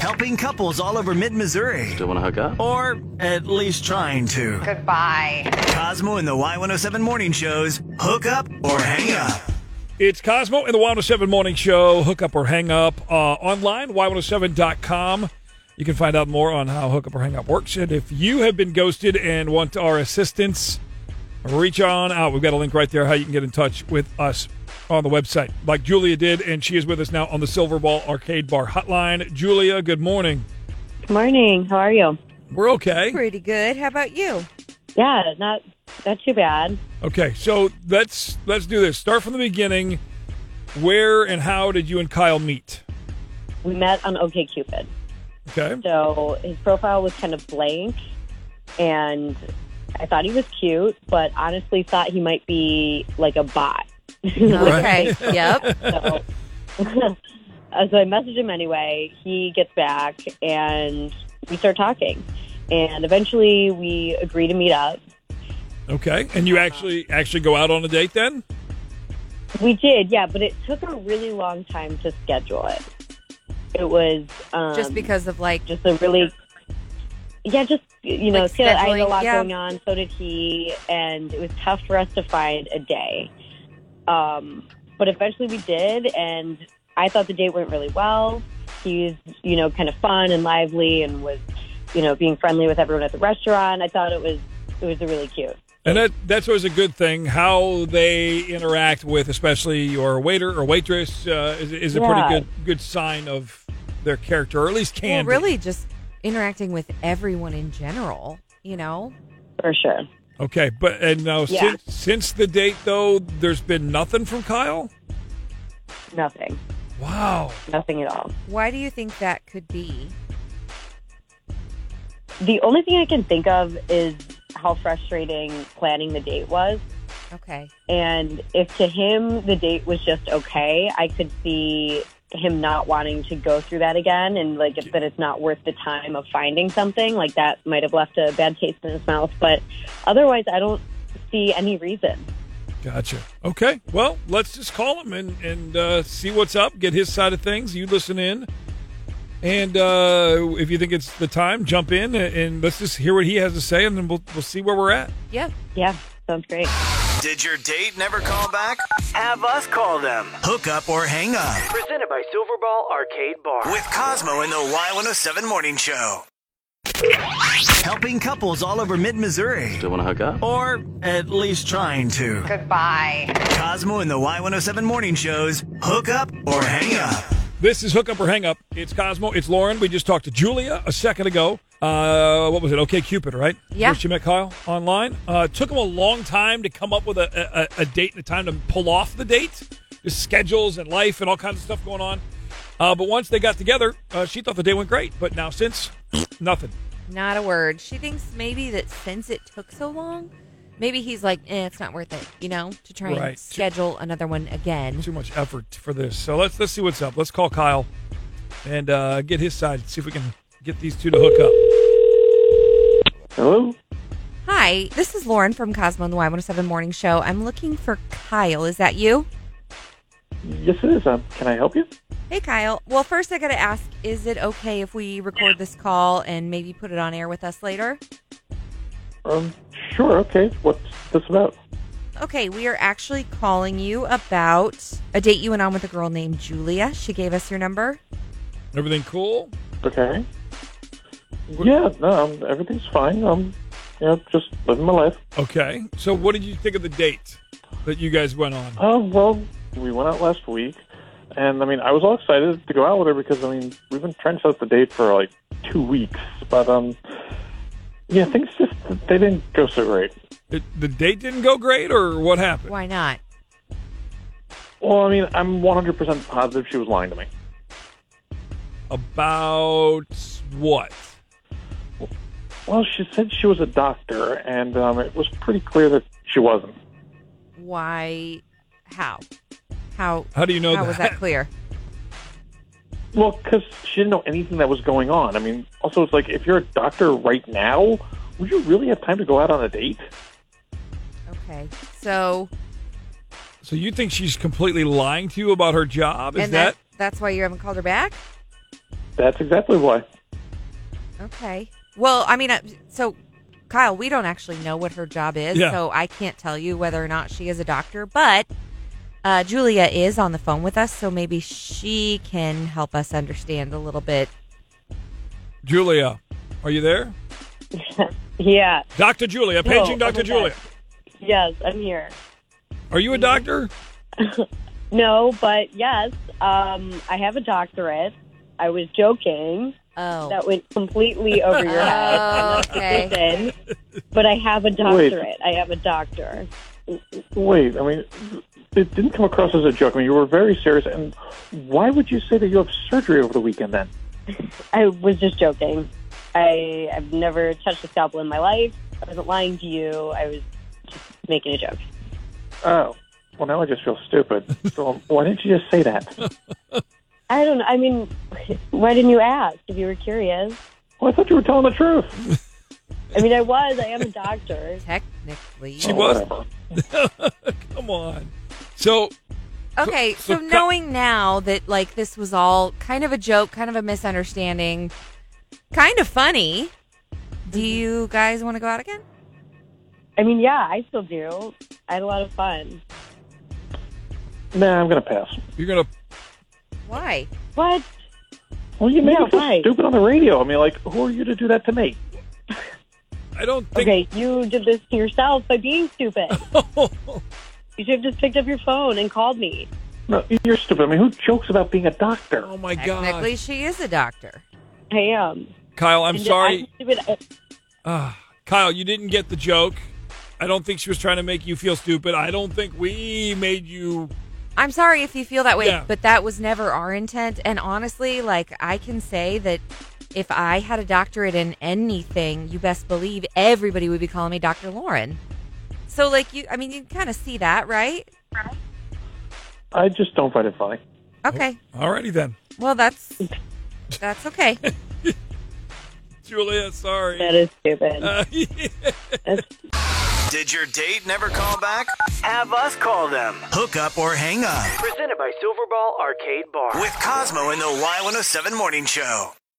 helping couples all over mid Missouri. Still want to hook up? Or at least trying to. Goodbye. Cosmo and the Y107 morning shows hook up or hang up. It's Cosmo and the 107 Morning Show. Hook up or hang up uh, online, y107.com. You can find out more on how hook up or hang up works. And if you have been ghosted and want our assistance, reach on out. We've got a link right there how you can get in touch with us on the website, like Julia did. And she is with us now on the Silver Ball Arcade Bar Hotline. Julia, good morning. Morning. How are you? We're okay. Pretty good. How about you? Yeah, not not too bad. Okay, so let's let's do this. Start from the beginning. Where and how did you and Kyle meet? We met on OKCupid. Okay. So his profile was kind of blank, and I thought he was cute, but honestly thought he might be like a bot. Uh, Right. Okay. Yep. So, Uh, so I messaged him anyway. He gets back, and we start talking. And eventually, we agree to meet up. Okay. And you actually actually go out on a date then? We did, yeah, but it took a really long time to schedule it. It was um, Just because of like just a really yeah just you know Like so i had a scheduling, lot yeah. going on so did he and it was tough for us to find a day um, but eventually we did and i thought the date went really well he was you know kind of fun and lively and was you know being friendly with everyone at the restaurant i thought it was it was really cute And that that's always a good thing. How they interact with, especially your waiter or waitress, uh, is, is a Yeah. pretty good good sign of their character, or at least well, can. be. really just interacting with everyone in general. You know, for sure Okay, but and now Yeah. since since the date though, there's been nothing from Kyle. nothing Wow. nothing at all why do you think that could be? the only thing i can think of is how frustrating planning the date was Okay. And if to him the date was just okay, I could see him not wanting to go through that again and like if that it's not worth the time of finding something like that might have left a bad taste in his mouth but otherwise i don't see any reason Gotcha. Okay. Well, let's just call him and and uh, see what's up. Get his side of things. You listen in, and uh, if you think it's the time, jump in and, and let's just hear what he has to say, and then we'll we'll see where we're at. Yeah. yeah sounds great Did your date never call back? Have us call them. Hook up or hang up Presented by Silverball Arcade Bar. with Cosmo and the Y107 morning show. Helping couples all over mid Missouri. Still want to hook up? Or at least trying to. Goodbye. Cosmo and the Y107 morning shows hook up or hang up. This is Hook Up or Hang Up. It's Cosmo. It's Lauren. We just talked to Julia a second ago. Uh, what was it? Okay, Cupid, right? Yeah. Where she met Kyle online. Uh, it took him a long time to come up with a, a, a date and a time to pull off the date. Just schedules and life and all kinds of stuff going on. Uh, but once they got together, uh, she thought the day went great. But now since, nothing. Not a word. She thinks maybe that since it took so long, maybe he's like, eh, it's not worth it, you know, to try Right. and schedule another one again. Too much effort for this. So let's let's see what's up. Let's call Kyle and uh, get his side. See if we can get these two to hook up. Hello? Hi, this is Lauren from Cosmo and the Y107 Morning Show. I'm looking for Kyle. Is that you? Yes, it is. Um, can I help you? Hey, Kyle. Well, first I got to ask is it okay if we record this call and maybe put it on air with us later? Um, sure. Okay. What's this about? Okay, we are actually calling you about a date you went on with a girl named Julia. She gave us your number. Everything cool? Okay. Yeah. No. Um, everything's fine. Um, you know, just living my life. Okay. So, what did you think of the date that you guys went on? Oh well, we went out last week, and I mean, I was all excited to go out with her because I mean, we've been trying to set up the date for like two weeks, but um, yeah, things just they didn't go so great. It, the date didn't go great, or what happened? Why not? Well, I mean, I'm 100% positive she was lying to me. About what? Well, she said she was a doctor, and um, it was pretty clear that she wasn't. Why? How? How? How do you know How that? was that clear? Well, because she didn't know anything that was going on. I mean, also, it's like if you're a doctor right now, would you really have time to go out on a date? Okay. So, So, you think she's completely lying to you about her job? Is and that? that's why you haven't called her back? That's exactly why. Okay. Well, I mean, uh, so Kyle, we don't actually know what her job is, Yeah. so I can't tell you whether or not she is a doctor, but uh, Julia is on the phone with us, so maybe she can help us understand a little bit. Julia, are you there? Yeah. Dr. Julia, paging No, oh Dr. my God. Julia. Yes, I'm here. Are you a doctor? No, but yes, um, I have a doctorate. I was joking. Oh. That went completely over your head. Oh, okay. Listen, but I have a doctorate. I am a doctor. Wait, I mean, it didn't come across as a joke. I mean, you were very serious. And why would you say that you have surgery over the weekend then? I was just joking. I, I've never touched a scalpel in my life. I wasn't lying to you. I was just making a joke. Oh, well, now I just feel stupid. so um, why didn't you just say that? I don't know. I mean, why didn't you ask if you were curious? Well, I thought you were telling the truth. I mean, I was. I am a doctor. Technically. She was. Whatever. Come on. So, Okay, so knowing now that like this was all kind of a joke, kind of a misunderstanding, kind of funny, do you guys want to go out again? I mean, yeah, I still do. I had a lot of fun. Nah, I'm going to pass. you're going to. Why? What? Well, you made Yeah, me feel right. stupid on the radio. I mean, like, who are you to do that to me? I don't think. Okay, you did this to yourself by being stupid. you should have just picked up your phone and called me. No, you're stupid. I mean, who jokes about being a doctor? Oh, my Technically, God. she is a doctor. I am. Kyle, I'm And sorry. I'm stupid. I- Ah, Kyle, you didn't get the joke. I don't think she was trying to make you feel stupid. I don't think we made you. I'm sorry if you feel that way, Yeah. but that was never our intent. And honestly, like I can say that if I had a doctorate in anything, you best believe everybody would be calling me Dr. Lauren. So like you I mean you kind of see that, right? I just don't find it funny. Okay. Alrighty then. Well, that's that's okay. Julia, sorry. That is stupid. Uh, Did your date never call back? Have us call them. Hook up or hang up Presented by Silverball Arcade Bar. with Cosmo in the Y107 Morning Show.